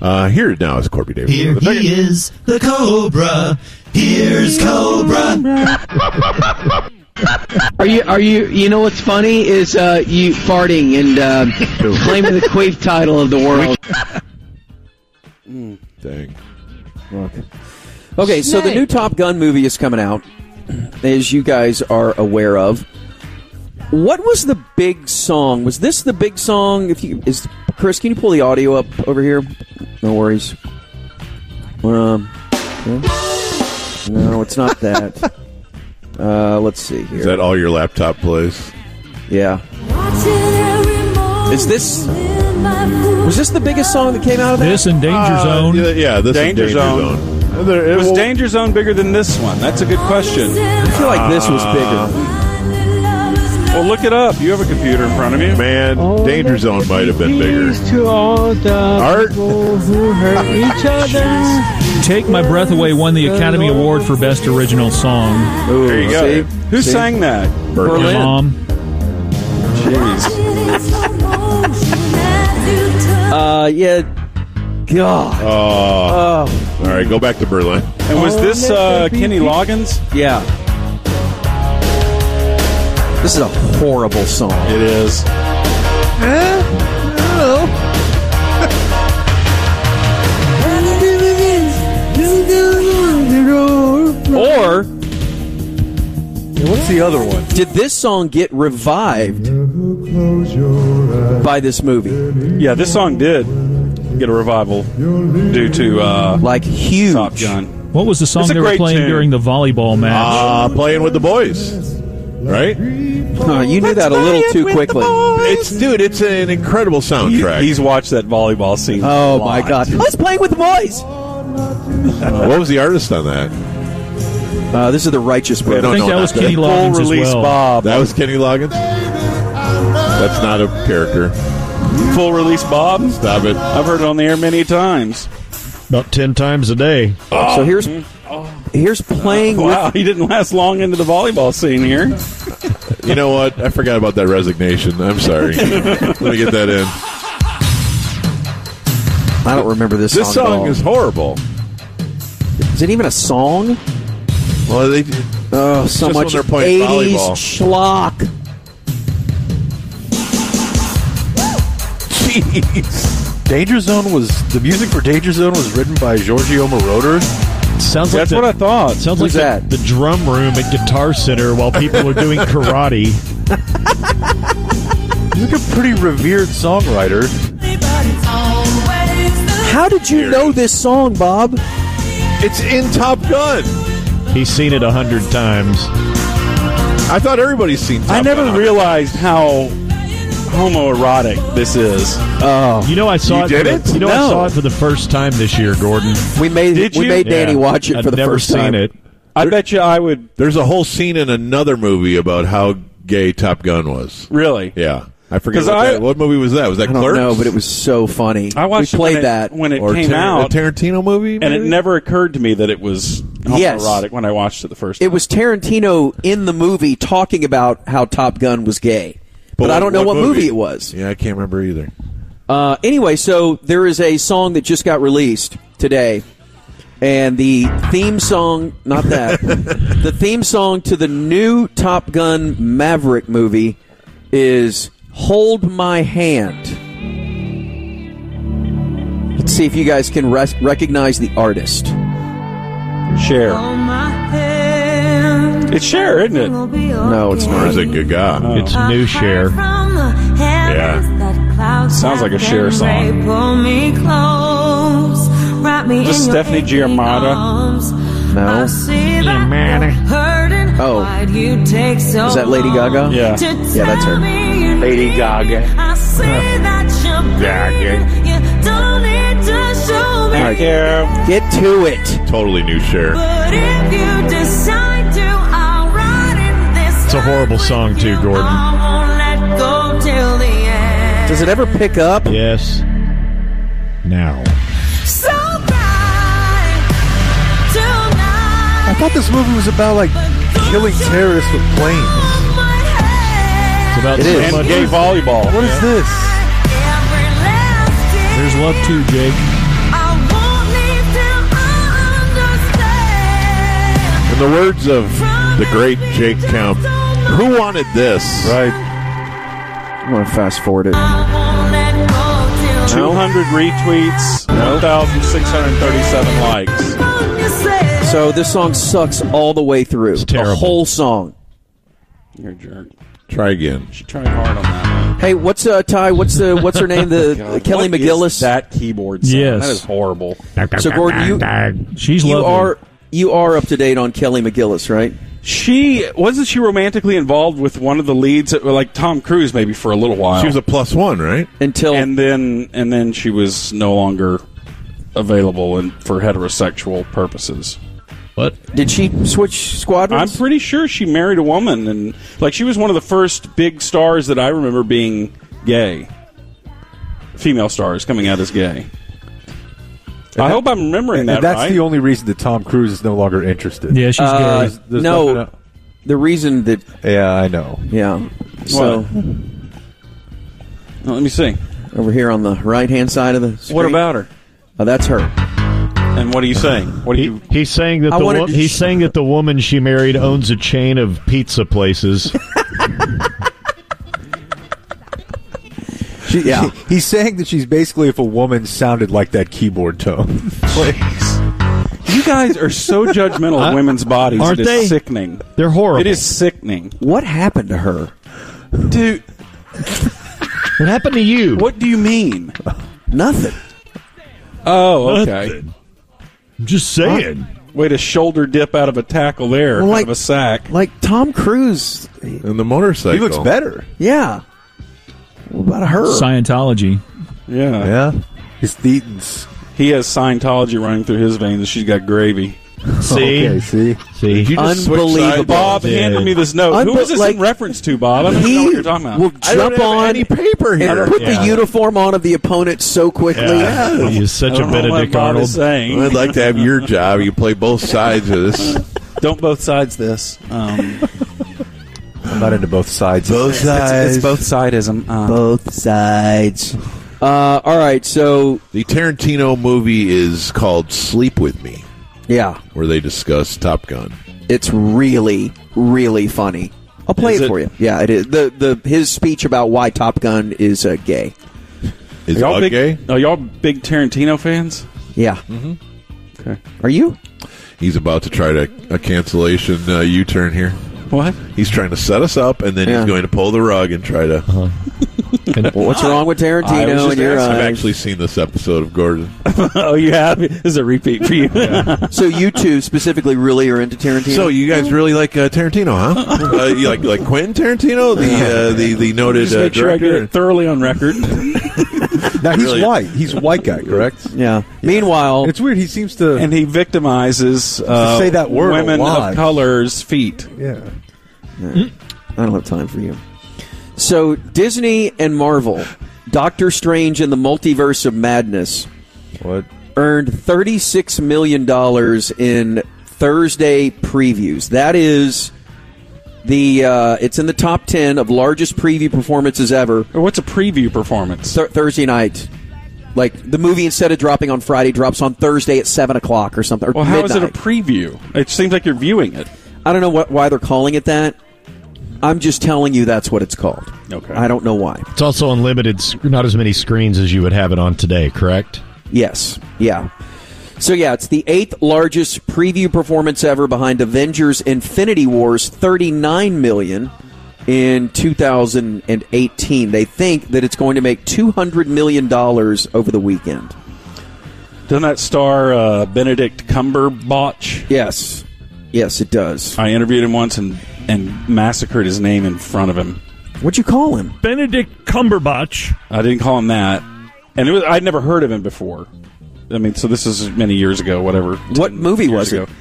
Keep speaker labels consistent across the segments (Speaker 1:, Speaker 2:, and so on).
Speaker 1: Uh, here now is Corby Davis.
Speaker 2: Here
Speaker 1: The second-
Speaker 2: he is, the Cobra. Here's Cobra.
Speaker 3: Are you? Are you? You know what's funny is uh, you farting and uh, claiming the quave title of the world.
Speaker 1: Dang.
Speaker 4: Okay, so the new Top Gun movie is coming out, as you guys are aware of. What was the big song? Was this the big song? If you is Chris, can you pull the audio up over here? No worries. Um, no, it's not that. Uh, let's see
Speaker 1: Is
Speaker 4: here.
Speaker 1: that all your laptop plays?
Speaker 4: Yeah, is this was this the biggest song that came out of that?
Speaker 5: This and Danger
Speaker 1: Uh,
Speaker 5: Zone.
Speaker 1: yeah, yeah, this
Speaker 6: Danger
Speaker 1: is Danger
Speaker 6: Zone.
Speaker 1: Zone. Uh, there- it
Speaker 6: Was
Speaker 1: will-
Speaker 6: Danger Zone bigger than this one? That's a good question.
Speaker 4: I feel like this was bigger.
Speaker 6: Well, look it up. You have a computer in front of you.
Speaker 1: Man, Danger Zone might have been bigger.
Speaker 5: to all the
Speaker 1: Art?
Speaker 5: people who hurt each other. Take My Breath Away won the Academy Award for Best Original Song.
Speaker 4: Ooh,
Speaker 6: There you go.
Speaker 4: see?
Speaker 6: Who
Speaker 4: See?
Speaker 6: sang that?
Speaker 1: Berlin.
Speaker 5: Your mom.
Speaker 6: Jeez.
Speaker 4: Uh, yeah. God.
Speaker 1: Oh,
Speaker 4: Oh,
Speaker 1: all right, go back to Berlin.
Speaker 6: And was this uh, Kenny Loggins?
Speaker 4: yeah. This is a horrible song.
Speaker 6: It is.
Speaker 4: Or
Speaker 6: What's the other one?
Speaker 4: did this song get revived by this movie?
Speaker 6: Yeah, this song did get a revival due to uh,
Speaker 4: Like huge.
Speaker 6: Top Gun.
Speaker 5: What was the song
Speaker 6: It's a
Speaker 5: they were
Speaker 6: great
Speaker 5: playing
Speaker 6: tune.
Speaker 5: during the volleyball match?
Speaker 1: Uh, playing with the boys. Right?
Speaker 4: Huh, Uh, you knew that a little too quickly.
Speaker 1: It's dude, it's an incredible soundtrack.
Speaker 6: He's watched that volleyball scene.
Speaker 4: Oh my God! Let's play with the boys.
Speaker 1: what was the artist on that?
Speaker 4: Uh, this is the Righteous Brothers.
Speaker 1: no,
Speaker 5: I think
Speaker 1: no,
Speaker 5: that was
Speaker 1: not
Speaker 5: Kenny
Speaker 1: that.
Speaker 6: Full
Speaker 5: Loggins as
Speaker 6: release,
Speaker 5: well.
Speaker 6: Bob.
Speaker 1: That was Kenny Loggins. That's not a character.
Speaker 6: Full release, Bob.
Speaker 1: Stop it.
Speaker 6: I've heard it on the air many times.
Speaker 7: About 10 times a day.
Speaker 4: So here's here's playing
Speaker 6: Oh. Wow, he didn't last long into the volleyball scene here.
Speaker 1: You know what? I forgot about that resignation. I'm sorry. Let me get that in.
Speaker 4: with. I don't remember this,
Speaker 1: This
Speaker 4: song. at
Speaker 1: song
Speaker 4: all.
Speaker 1: is horrible.
Speaker 4: Is it even a song?
Speaker 1: Well, they,
Speaker 4: Oh, so
Speaker 1: Just when
Speaker 4: much
Speaker 1: they're playing
Speaker 4: 80s
Speaker 1: volleyball.
Speaker 4: schlock.
Speaker 7: Danger Zone was the music for Danger Zone was written by Giorgio Moroder. Sounds like
Speaker 6: That's
Speaker 7: the,
Speaker 6: what I thought.
Speaker 7: sounds like
Speaker 4: Who's
Speaker 7: the-
Speaker 4: that?
Speaker 7: The, drum room at Guitar Center while people were doing karate. He's like a pretty revered songwriter.
Speaker 4: How did you know this song, Bob?
Speaker 1: it's in Top Gun.
Speaker 7: He's seen it a hundred times.
Speaker 1: I thought everybody's seen. Top
Speaker 6: I
Speaker 1: Gun.
Speaker 6: never realized how homoerotic this is.
Speaker 7: You know I
Speaker 1: You
Speaker 7: saw it.
Speaker 1: did
Speaker 7: for
Speaker 1: it?
Speaker 7: The, you know I
Speaker 4: No.
Speaker 7: saw it for the first time this year, Gordon.
Speaker 4: We made
Speaker 6: Did
Speaker 4: we
Speaker 6: you?
Speaker 4: made Danny
Speaker 7: Yeah.
Speaker 4: watch it
Speaker 7: I'd
Speaker 4: for the
Speaker 7: never
Speaker 4: first
Speaker 7: seen
Speaker 4: time.
Speaker 7: it.
Speaker 6: I bet you I would
Speaker 1: There's a whole scene in another movie about how gay Top Gun was.
Speaker 6: really.
Speaker 1: Yeah, I forget
Speaker 6: 'Cause
Speaker 1: what,
Speaker 6: I-
Speaker 1: that- what movie was that. Was that
Speaker 4: I don't
Speaker 1: Clerks?
Speaker 4: know, but it was so funny.
Speaker 6: I watched
Speaker 4: we
Speaker 6: it when
Speaker 4: played
Speaker 6: it-
Speaker 4: that
Speaker 6: when it
Speaker 1: or
Speaker 6: came
Speaker 1: Tar-
Speaker 6: out,
Speaker 1: a Tarantino movie,
Speaker 6: and it
Speaker 1: maybe?
Speaker 6: never occurred to me that it was homoerotic
Speaker 4: Yes.
Speaker 6: when I watched it the first.
Speaker 4: It
Speaker 6: time.
Speaker 4: was Tarantino in the movie talking about how Top Gun was gay, but, I don't know what, movie? it was.
Speaker 1: Yeah, I can't remember either.
Speaker 4: Uh, anyway, so there is a song that just got released today, and the theme song, not that, the theme song to the new Top Gun Maverick movie is Hold My Hand. Let's see if you guys can res- recognize the artist.
Speaker 6: Cher. It's Cher, isn't it?
Speaker 4: No, it's
Speaker 1: Or
Speaker 4: not.
Speaker 1: is it Gaga?
Speaker 6: Uh-huh.
Speaker 7: It's
Speaker 8: Uh-huh.
Speaker 7: new share.
Speaker 8: Yeah.
Speaker 6: Sounds like a Cher song.
Speaker 8: Pull me close. Wrap me
Speaker 6: This
Speaker 8: in
Speaker 6: Stephanie
Speaker 8: your aching
Speaker 6: Giamata?
Speaker 8: arms.
Speaker 4: No.
Speaker 8: I see that
Speaker 7: Giamata.
Speaker 8: you're hurting.
Speaker 4: Oh.
Speaker 8: Why'd you take so
Speaker 4: Is that Lady
Speaker 8: long
Speaker 4: Gaga?
Speaker 6: Yeah.
Speaker 8: to
Speaker 4: Yeah, that's her.
Speaker 8: tell me you
Speaker 9: Lady
Speaker 8: need
Speaker 9: Gaga.
Speaker 8: me? I see that you're bleeding. You don't need to show me.
Speaker 4: right.
Speaker 6: Cher.
Speaker 4: Get to it.
Speaker 1: Totally new share.
Speaker 8: But if you decide to, I'll ride in this.
Speaker 7: It's a horrible song too, Gordon.
Speaker 8: I won't let go till the end.
Speaker 4: Does it ever pick up?
Speaker 7: Yes. Now.
Speaker 8: So bad tonight.
Speaker 10: I thought this movie was about like killing terrorists with planes.
Speaker 8: Hold my hand.
Speaker 7: It's about
Speaker 4: It
Speaker 7: so
Speaker 4: is.
Speaker 6: And
Speaker 7: much.
Speaker 6: gay volleyball.
Speaker 10: What is this?
Speaker 8: Everlasting
Speaker 5: Here's Love 2, Jake.
Speaker 8: I
Speaker 1: In the words of the great Jake Kemp, who wanted this?
Speaker 7: Right.
Speaker 4: I'm going to fast forward it.
Speaker 6: Two hundred retweets, one thousand six hundred thirty-seven likes.
Speaker 4: So this song sucks all the way through.
Speaker 1: terrible.
Speaker 4: The whole song.
Speaker 6: You're a jerk.
Speaker 1: Try again.
Speaker 6: She tried hard on that.
Speaker 4: Hey, what's uh, Ty? What's the what's her name? The the Kelly
Speaker 6: Oh What is
Speaker 4: McGillis.
Speaker 6: that keyboard. Sound?
Speaker 5: Yes.
Speaker 6: that is horrible.
Speaker 4: So Gordon, you
Speaker 5: She's
Speaker 4: you
Speaker 5: lovely.
Speaker 4: are you are up to date on Kelly McGillis, right?
Speaker 6: She wasn't she romantically involved with one of the leads, like Tom Cruise, maybe for a little while.
Speaker 1: She was a plus one, right?
Speaker 4: Until
Speaker 6: and then and then she was no longer available and for heterosexual purposes.
Speaker 10: What?
Speaker 4: did she switch
Speaker 6: I'm
Speaker 4: squadrons?
Speaker 6: pretty sure she married a woman and like she was one of the first big stars that I remember being gay. Female stars coming out as gay. I hope I'm remembering
Speaker 7: And
Speaker 6: that
Speaker 7: that's
Speaker 6: right.
Speaker 7: the only reason that Tom Cruise is no longer interested.
Speaker 5: Yeah, she's
Speaker 4: Uh,
Speaker 5: gay.
Speaker 7: There's
Speaker 4: no,
Speaker 7: nothing
Speaker 4: the reason that
Speaker 7: Yeah, I know.
Speaker 4: yeah. So
Speaker 6: Well, let me see.
Speaker 4: over here on the right hand side of the screen.
Speaker 6: What about her?
Speaker 4: Oh, that's her?
Speaker 6: And what are you saying? What do you?
Speaker 10: He's saying that
Speaker 4: I
Speaker 10: the
Speaker 4: wanted
Speaker 10: wo-
Speaker 4: to
Speaker 10: he's
Speaker 4: sh-
Speaker 10: saying that the woman she married owns a chain of pizza places.
Speaker 4: She, yeah.
Speaker 7: He's saying that she's basically if a woman sounded like that keyboard tone.
Speaker 6: You guys are so judgmental of women's bodies.
Speaker 10: Aren't
Speaker 6: it is
Speaker 10: they?
Speaker 6: sickening.
Speaker 10: They're horrible.
Speaker 6: It is sickening,
Speaker 4: what happened to her?
Speaker 6: dude.
Speaker 10: What happened to you?
Speaker 6: What do you mean?
Speaker 4: Nothing.
Speaker 6: Oh, okay.
Speaker 10: Just saying.
Speaker 6: Way to shoulder dip out of a tackle there,
Speaker 4: Well,
Speaker 6: out
Speaker 4: like-
Speaker 6: of a sack.
Speaker 4: Like Tom Cruise.
Speaker 1: In the motorcycle.
Speaker 7: He looks better.
Speaker 4: Yeah. What about her?
Speaker 5: Scientology.
Speaker 6: Yeah.
Speaker 7: Yeah. His thetans.
Speaker 6: He has Scientology running through his veins, and she's got gravy.
Speaker 10: See,
Speaker 7: Okay, see?
Speaker 10: see.
Speaker 1: You just switch
Speaker 4: Unbelievable.
Speaker 1: sides?
Speaker 6: Bob
Speaker 10: Yeah.
Speaker 6: handed me this note.
Speaker 4: I'm
Speaker 6: Who is this
Speaker 4: like-
Speaker 6: in reference to, Bob? I don't even know what
Speaker 4: He
Speaker 6: you're talking about.
Speaker 4: will
Speaker 1: I don't
Speaker 4: jump
Speaker 1: have
Speaker 4: on
Speaker 1: any paper here.
Speaker 4: and put the uniform on of the opponent so quickly.
Speaker 10: Yeah. He's
Speaker 6: I
Speaker 10: such a
Speaker 6: don't know what
Speaker 10: Benedict
Speaker 6: Bob
Speaker 10: Arnold.
Speaker 6: is saying.
Speaker 1: I'd like to have your job. You play both sides of this.
Speaker 6: Don't both sides this. Um,
Speaker 7: I'm not into both sides. Both
Speaker 6: it's, it's both sidism. Um,
Speaker 4: Both sides. Uh, all right, so
Speaker 1: The Tarantino movie is called Sleep With Me,
Speaker 4: yeah,
Speaker 1: where they discuss Top Gun.
Speaker 4: it's really, really funny. I'll play
Speaker 1: Is
Speaker 4: it,
Speaker 1: it-
Speaker 4: for you. Yeah, it is. The the his speech about why Top Gun is uh, gay.
Speaker 1: Is
Speaker 6: y'all
Speaker 1: Bug
Speaker 6: big,
Speaker 1: gay?
Speaker 6: Are y'all big Tarantino fans?
Speaker 4: Yeah.
Speaker 6: Okay.
Speaker 4: Are you?
Speaker 1: He's about to try to a cancellation uh, U-turn here.
Speaker 6: What?
Speaker 1: He's trying to set us up, and then
Speaker 4: Yeah.
Speaker 1: he's going to pull the rug and try to.
Speaker 7: Uh-huh.
Speaker 4: Well, what's wrong with
Speaker 6: I was
Speaker 4: Tarantino
Speaker 6: just
Speaker 4: and your uh,
Speaker 1: I've
Speaker 4: eyes?
Speaker 1: actually seen this episode of Gordon.
Speaker 6: oh, you have? This is a repeat for you.
Speaker 4: so you two specifically really are into Tarantino.
Speaker 1: So you guys really like uh, Tarantino, huh? uh, you like like Quentin Tarantino, the uh, the the noted
Speaker 6: Just
Speaker 1: uh,
Speaker 6: make sure I get
Speaker 1: director.
Speaker 6: it thoroughly on record.
Speaker 7: Now, he's
Speaker 1: Really?
Speaker 7: white. He's a white guy, correct?
Speaker 4: yeah. Meanwhile,
Speaker 7: And it's weird. He seems to.
Speaker 6: and he victimizes uh,
Speaker 7: say that word a
Speaker 6: women
Speaker 7: lot.
Speaker 6: of color's feet.
Speaker 7: yeah.
Speaker 4: I don't have time for you. So Disney and Marvel, Doctor Strange and the Multiverse of Madness
Speaker 7: What?
Speaker 4: earned $36 million in Thursday previews. That is the uh, it's in the top 10 of largest preview performances ever
Speaker 6: Or what's a preview performance?
Speaker 4: Thur- Thursday night. Like the movie instead of dropping on Friday drops on Thursday at 7 o'clock or something. Or
Speaker 6: well, how is it a
Speaker 4: midnight.
Speaker 6: preview? It seems like you're viewing it.
Speaker 4: I don't know what, why they're calling it that. I'm just telling you that's what it's called.
Speaker 6: Okay.
Speaker 4: I don't know why.
Speaker 10: It's also unlimited, sc- not as many screens as you would have it on today. Correct.
Speaker 4: Yes. Yeah. So yeah, it's the eighth largest preview performance ever behind Avengers Infinity War's 39 million in 2018. They think that it's going to make 200 million dollars over the weekend.
Speaker 6: Doesn't that star uh, Benedict Cumberbatch?
Speaker 4: Yes. Yes, it does.
Speaker 6: I interviewed him once and, and massacred his name in front of him.
Speaker 4: What'd you call him?
Speaker 5: Benedict Cumberbatch.
Speaker 6: I didn't call him that, and it was, I'd never heard of him before. I mean, so this is many years ago, whatever.
Speaker 4: What
Speaker 6: 10
Speaker 4: movie
Speaker 6: years
Speaker 4: was it?
Speaker 6: ago.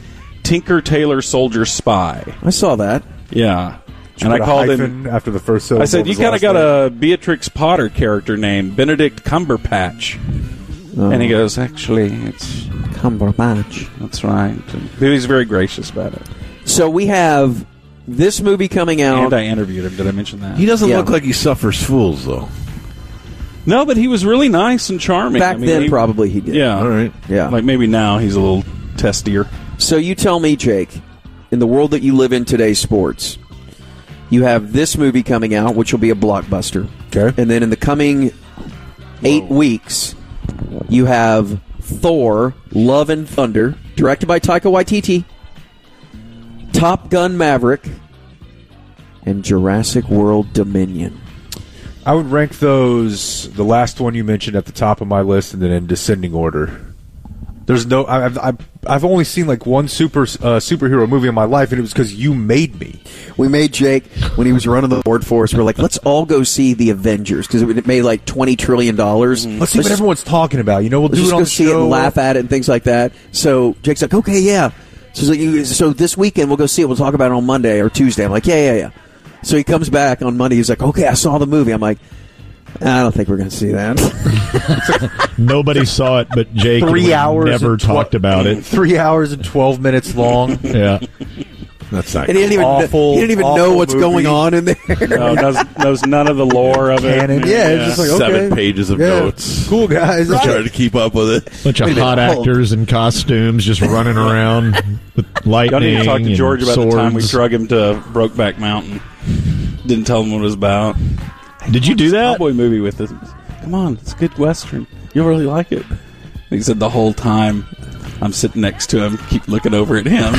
Speaker 6: Tinker Tailor Soldier Spy.
Speaker 4: I saw that.
Speaker 6: Yeah, and I
Speaker 7: Put a
Speaker 6: called him.
Speaker 7: hyphen after the first syllable.
Speaker 6: I said,
Speaker 7: of
Speaker 6: "You
Speaker 7: his
Speaker 6: kind of
Speaker 7: last
Speaker 6: got
Speaker 7: name."
Speaker 6: a Beatrix Potter character name, Benedict Cumberpatch."
Speaker 7: Oh.
Speaker 6: And he goes, "Actually, it's
Speaker 4: Cumberbatch.
Speaker 6: that's right." And he was very gracious about it.
Speaker 4: So we have this movie coming out.
Speaker 6: And I interviewed him. Did I mention that?
Speaker 1: He doesn't
Speaker 4: Yeah.
Speaker 1: look like he suffers fools, though.
Speaker 6: no, but he was really nice and charming.
Speaker 4: Back
Speaker 6: I mean,
Speaker 4: then,
Speaker 6: he-
Speaker 4: probably he did.
Speaker 6: Yeah.
Speaker 1: All right.
Speaker 4: Yeah.
Speaker 6: Like maybe now he's a little testier.
Speaker 4: So you tell me, Jake, in the world that you live in today, sports. You have this movie coming out, which will be a blockbuster.
Speaker 7: Okay.
Speaker 4: And then in the coming eight weeks, you have Thor: Love and Thunder, directed by Taika Waititi, Top Gun: Maverick, and Jurassic World: Dominion.
Speaker 10: I would rank those the last one you mentioned at the top of my list, and then in descending order. There's no. I- I've I've, I've only seen like one super uh, superhero movie in my life, and it was because you made me.
Speaker 4: We made Jake when he was running the board for us. We're like, let's all go see the Avengers because it made like twenty trillion dollars.
Speaker 10: Let's see what everyone's talking about. You know, we'll
Speaker 4: Let's
Speaker 10: do it
Speaker 4: just
Speaker 10: on
Speaker 4: go
Speaker 10: the
Speaker 4: see it
Speaker 10: show.
Speaker 4: and laugh at it and things like that. So Jake's like, okay, yeah. So, he's like, you- so this weekend we'll go see it. We'll talk about it on Monday or Tuesday. I'm like, yeah, yeah, yeah. So he comes back on Monday. He's like, okay, I saw the movie. I'm like, I don't think we're going to see that.
Speaker 9: Nobody saw it, but Jake and
Speaker 10: Three
Speaker 9: we
Speaker 10: hours.
Speaker 9: never
Speaker 10: and twe-
Speaker 9: talked about it.
Speaker 10: Three hours and twelve minutes long.
Speaker 9: Yeah,
Speaker 1: That's not.
Speaker 4: And he didn't even,
Speaker 10: Awful,
Speaker 4: he didn't even know
Speaker 10: awful
Speaker 4: what's
Speaker 10: movie.
Speaker 4: going on in there.
Speaker 6: No, knows, knows none of the lore of it.
Speaker 10: Canon. Yeah, it's just like okay.
Speaker 1: Seven pages of
Speaker 10: Yeah.
Speaker 1: notes.
Speaker 10: Cool guys.
Speaker 1: I tried to keep up with it.
Speaker 9: bunch of hot actors in costumes just running around with
Speaker 6: Y'all
Speaker 9: lightning.
Speaker 6: need to talk to
Speaker 9: and
Speaker 6: George about
Speaker 9: swords.
Speaker 6: the time we drug him to Brokeback Mountain. Didn't tell him what it was about.
Speaker 9: Did you do that?
Speaker 6: Cowboy movie with us. Come on, it's a good western. You'll really like it. He said the whole time. I'm sitting next to him, keep looking over at him.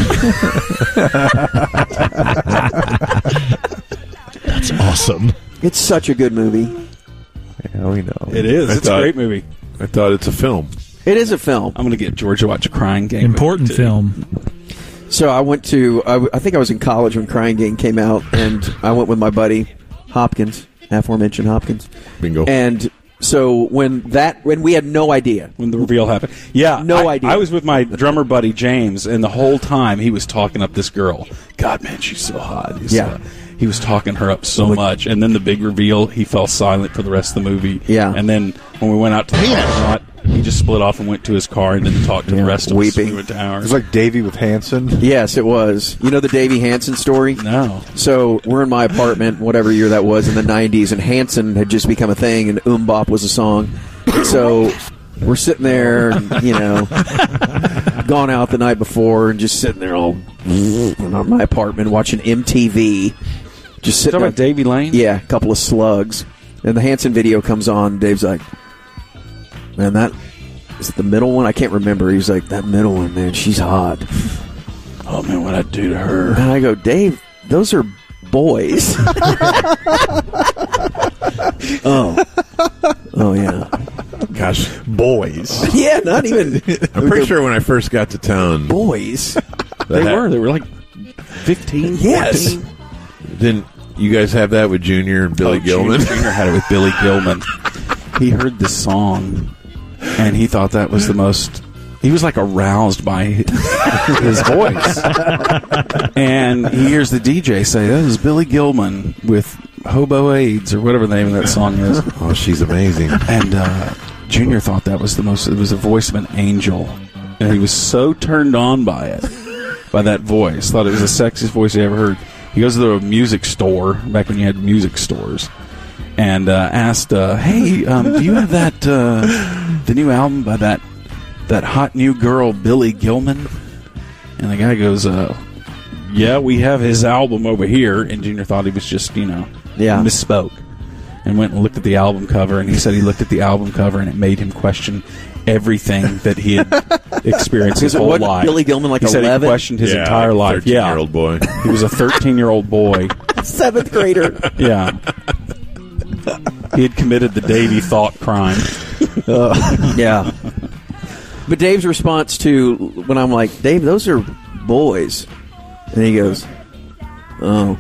Speaker 9: It's awesome.
Speaker 4: It's such a good movie.
Speaker 10: Yeah, we know.
Speaker 6: it is.
Speaker 1: I
Speaker 6: It's
Speaker 1: thought-
Speaker 6: a great movie.
Speaker 1: I thought it's a film.
Speaker 4: It is a film.
Speaker 6: I'm going to get George to watch a crying game.
Speaker 5: Important
Speaker 6: with me, too.
Speaker 5: film.
Speaker 4: So I went to, I, w- I think I was in college when Crying Game came out, and I went with my buddy Hopkins, aforementioned Hopkins.
Speaker 1: Bingo.
Speaker 4: And so when that, when we had no idea,
Speaker 6: when the reveal happened. Yeah,
Speaker 4: No
Speaker 6: I,
Speaker 4: idea.
Speaker 6: I was with my drummer buddy James, and the whole time he was talking up this girl. God, man, she's so hot. He's,
Speaker 4: Yeah.
Speaker 6: uh, he was talking her up so much, and then the big reveal. He fell silent for the rest of the movie.
Speaker 4: Yeah.
Speaker 6: and then when we went out to the parking lot, he just split off and went to his car and didn't talk to the rest of us.
Speaker 4: weeping.
Speaker 6: We went to ours.
Speaker 10: It's like Davy with Hanson.
Speaker 4: yes, it was. You know the Davy Hansen story?
Speaker 6: no,
Speaker 4: So we're in my apartment, whatever year that was in the '90s, and Hanson had just become a thing, and Umbop was a song. So we're sitting there, and, you know, gone out the night before, and just sitting there all in my apartment watching MTV, just sitting
Speaker 6: talking
Speaker 4: there,
Speaker 6: about Davy Lane.
Speaker 4: yeah, a couple of slugs, and the Hanson video comes on. Dave's like, "Man, that is it the middle one. I can't remember." He's like, "That middle one, man, she's hot."
Speaker 6: Oh man, what I do to her?
Speaker 4: And I go, Dave, those are boys. oh. Oh, yeah.
Speaker 1: Gosh,
Speaker 10: Boys.
Speaker 4: Yeah, not even
Speaker 1: I'm pretty sure when I first got to town,
Speaker 4: boys.
Speaker 1: that
Speaker 6: They
Speaker 1: ha-
Speaker 6: were. They were like fifteen.
Speaker 4: Yes.
Speaker 6: 14.
Speaker 1: Didn't you guys have that with Junior and Billy
Speaker 6: Oh,
Speaker 1: Gilman?
Speaker 6: Junior, Junior had it with Billy Gilman. he heard the song, and he thought that was the most. He was like aroused by his, his voice, and he hears the DJ say, "That is Billy Gilman with Hobo AIDS or whatever the name of that song is."
Speaker 1: oh, she's amazing.
Speaker 6: And uh, Junior thought that was the most. It was the voice of an angel, and he was so turned on by it, by that voice. Thought it was the sexiest voice he ever heard. He goes to the music store back when you had music stores, and uh, asked, uh, "Hey, um, do you have that uh, the new album by that that hot new girl Billy Gilman?" And the guy goes, uh, "Yeah, we have his album over here." And Junior thought he was just, you know,
Speaker 4: Yeah.
Speaker 6: misspoke and went and looked at the album cover and he said he looked at the album cover and it made him question everything that he had experienced his
Speaker 4: Because it
Speaker 6: whole
Speaker 4: wasn't
Speaker 6: life.
Speaker 4: Billy Gilman, like,
Speaker 6: he said
Speaker 4: 11?
Speaker 6: he questioned his
Speaker 1: Yeah,
Speaker 6: entire
Speaker 1: like
Speaker 6: life. Yeah,
Speaker 1: year old boy.
Speaker 6: he was a thirteen-year-old boy.
Speaker 4: Seventh grader.
Speaker 6: Yeah, he had committed the Davy thought crime.
Speaker 4: Yeah. But Dave's response to when I'm like, Dave, those are boys. And he goes, Oh.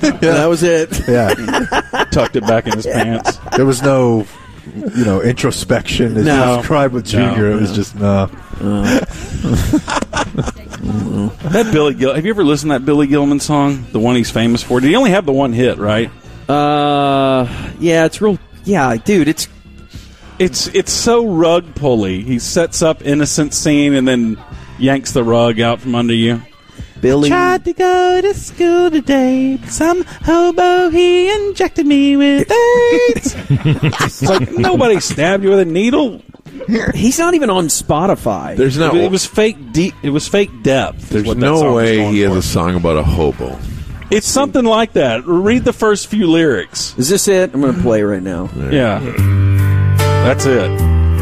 Speaker 4: That was it.
Speaker 10: Yeah.
Speaker 6: Tucked it back in his pants.
Speaker 10: There was no, you know, introspection. As
Speaker 4: No.
Speaker 10: you described with Junior, it was just no.
Speaker 6: That Billy Gil. Have you ever listened to that Billy Gilman song? The one he's famous for. Did he only have the one hit? Right.
Speaker 4: Uh, yeah, it's real. Yeah, dude, it's
Speaker 6: It's it's so rug pulley. He sets up innocent scene and then yanks the rug out from under you.
Speaker 4: Billy.
Speaker 6: to go to school today, but some hobo he injected me with AIDS. it's like nobody stabbed you with a needle.
Speaker 4: He's not even on Spotify.
Speaker 1: There's not-
Speaker 6: It was fake. Deep. It was fake depth.
Speaker 1: There's no way he has a song about a hobo.
Speaker 6: It's something like that. Read the first few lyrics.
Speaker 4: Is this it? I'm going to play right now.
Speaker 6: Yeah, that's it.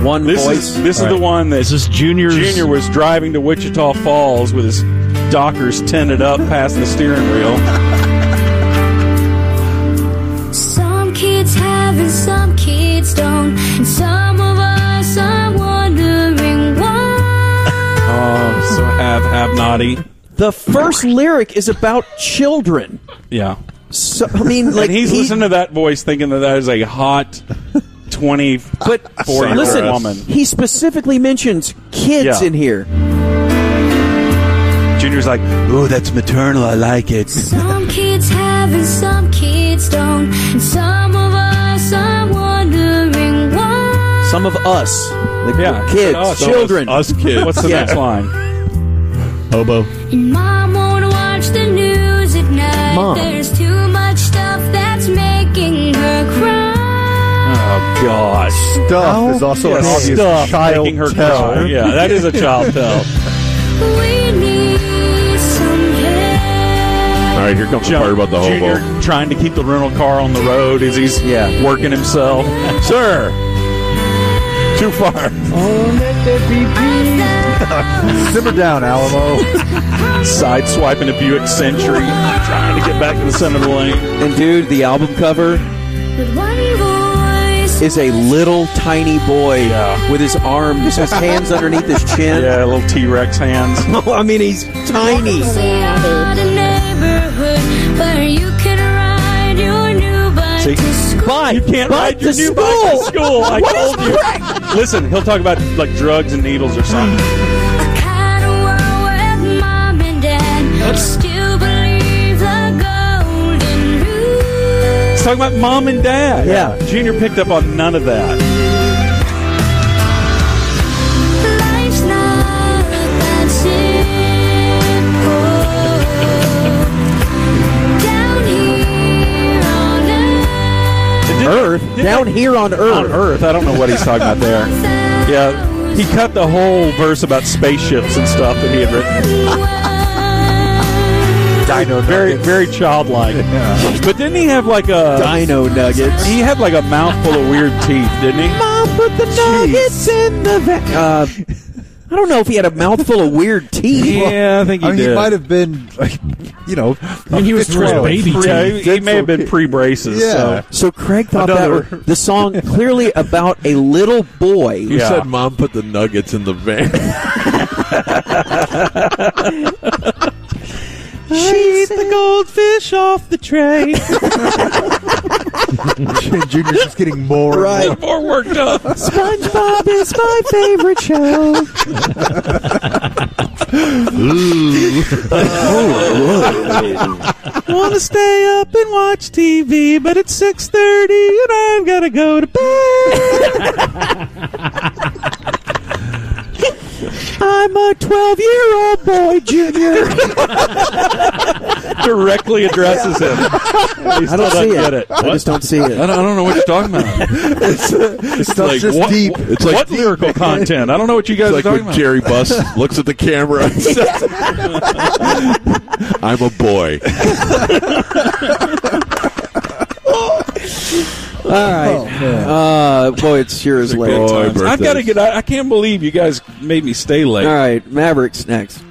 Speaker 4: One
Speaker 6: This
Speaker 4: voice.
Speaker 6: is this
Speaker 5: All
Speaker 6: is
Speaker 5: right.
Speaker 6: the one that
Speaker 5: This is Junior's.
Speaker 6: Junior was driving to Wichita Falls with his Dockers tinted up past the steering wheel.
Speaker 8: Some kids have and some kids don't. And some of us are wondering why.
Speaker 6: Oh, so have have naughty.
Speaker 4: The first lyric is about children.
Speaker 6: Yeah,
Speaker 4: So, I mean, like
Speaker 6: and he's
Speaker 4: he-
Speaker 6: listening to that voice, thinking that that is a hot twenty.
Speaker 4: But
Speaker 6: Four year
Speaker 4: listen,
Speaker 6: woman.
Speaker 4: he specifically mentions kids
Speaker 6: Yeah.
Speaker 4: in here.
Speaker 6: Junior's like, oh, that's maternal. I like it.
Speaker 8: Some kids have and some kids don't. And some of us are wondering why.
Speaker 4: Some of us, like
Speaker 6: Yeah, Oh,
Speaker 4: kids,
Speaker 6: us.
Speaker 4: children.
Speaker 1: Us kids.
Speaker 6: What's the
Speaker 4: Yeah.
Speaker 6: next line?
Speaker 9: Hobo.
Speaker 8: And mom won't watch the news at night.
Speaker 4: Mom.
Speaker 8: There's too much stuff that's making her cry.
Speaker 6: Oh gosh.
Speaker 7: Stuff is also an obvious
Speaker 6: Stuff
Speaker 7: child
Speaker 6: Oh, making her
Speaker 7: tell.
Speaker 6: cry. Yeah, that is a child tell.
Speaker 8: We need some help.
Speaker 1: All right, here comes the part about the
Speaker 6: Junior
Speaker 1: hobo.
Speaker 6: trying to keep the rental car on the road as he's
Speaker 4: Yeah.
Speaker 6: working himself. Sir, too far.
Speaker 7: Simmer down, Alamo.
Speaker 6: Sideswiping a Buick Century, trying to get back to the center of the lane.
Speaker 4: And dude, the album cover
Speaker 8: But one voice.
Speaker 4: is a little tiny boy with his arms, his hands underneath his chin.
Speaker 6: Yeah, little T Rex hands.
Speaker 4: I mean, he's tiny.
Speaker 6: See?
Speaker 4: But
Speaker 6: You can't
Speaker 4: but
Speaker 6: ride your
Speaker 4: to
Speaker 6: new bike to
Speaker 4: school.
Speaker 6: school. I
Speaker 4: What is
Speaker 6: told you. Listen, he'll talk about like drugs and needles or something. He's talking about mom and dad.
Speaker 4: Yeah.
Speaker 6: Junior picked up on none of that.
Speaker 4: Earth down here on Earth.
Speaker 6: On Earth, I don't know what he's talking about there. Yeah, he cut the whole verse about spaceships and stuff that he had written.
Speaker 7: Dino
Speaker 6: Very,
Speaker 7: nuggets.
Speaker 6: very childlike. But didn't he have like a
Speaker 4: Dino nuggets.
Speaker 6: He had like a mouthful of weird teeth, didn't he?
Speaker 4: Mom put the nuggets in the. Va- uh, I don't know if he had a mouthful of weird teeth.
Speaker 6: Yeah, I think he
Speaker 7: I mean,
Speaker 6: did.
Speaker 7: he might have been, like, you know,
Speaker 5: When he was
Speaker 7: a
Speaker 5: wearing
Speaker 7: 12.
Speaker 5: baby teeth.
Speaker 6: Yeah, he, he may have been pre braces.
Speaker 7: Yeah.
Speaker 6: So.
Speaker 4: So Craig thought
Speaker 7: Another-
Speaker 4: that were- the song clearly about a little boy.
Speaker 1: You
Speaker 6: Yeah.
Speaker 1: said mom put the nuggets in the van.
Speaker 4: She's the goldfish off the tray.
Speaker 7: Junior's just getting more. and
Speaker 4: Right.
Speaker 7: more.
Speaker 6: More worked up.
Speaker 4: SpongeBob is my favorite show. Want to stay up and watch TV, but it's six thirty and I've got to go to bed. I'm a twelve-year-old boy, Junior.
Speaker 6: Directly addresses him. He
Speaker 4: I
Speaker 6: still
Speaker 4: don't
Speaker 6: doesn't
Speaker 4: see
Speaker 6: get
Speaker 4: it.
Speaker 6: it.
Speaker 4: I just don't see it.
Speaker 6: I don't know what you're talking about.
Speaker 7: Stuff's just
Speaker 6: what,
Speaker 7: deep.
Speaker 6: It's like what lyrical content? I don't know what you guys
Speaker 1: It's like
Speaker 6: are talking
Speaker 1: when
Speaker 6: about.
Speaker 1: Jerry Buss looks at the camera and says, I'm a boy.
Speaker 4: All right, uh, boy, it's yours later.
Speaker 1: boy
Speaker 4: All
Speaker 1: birthdays.
Speaker 6: I've got to get. out. I can't believe you guys made me stay late.
Speaker 4: right, Mavericks next.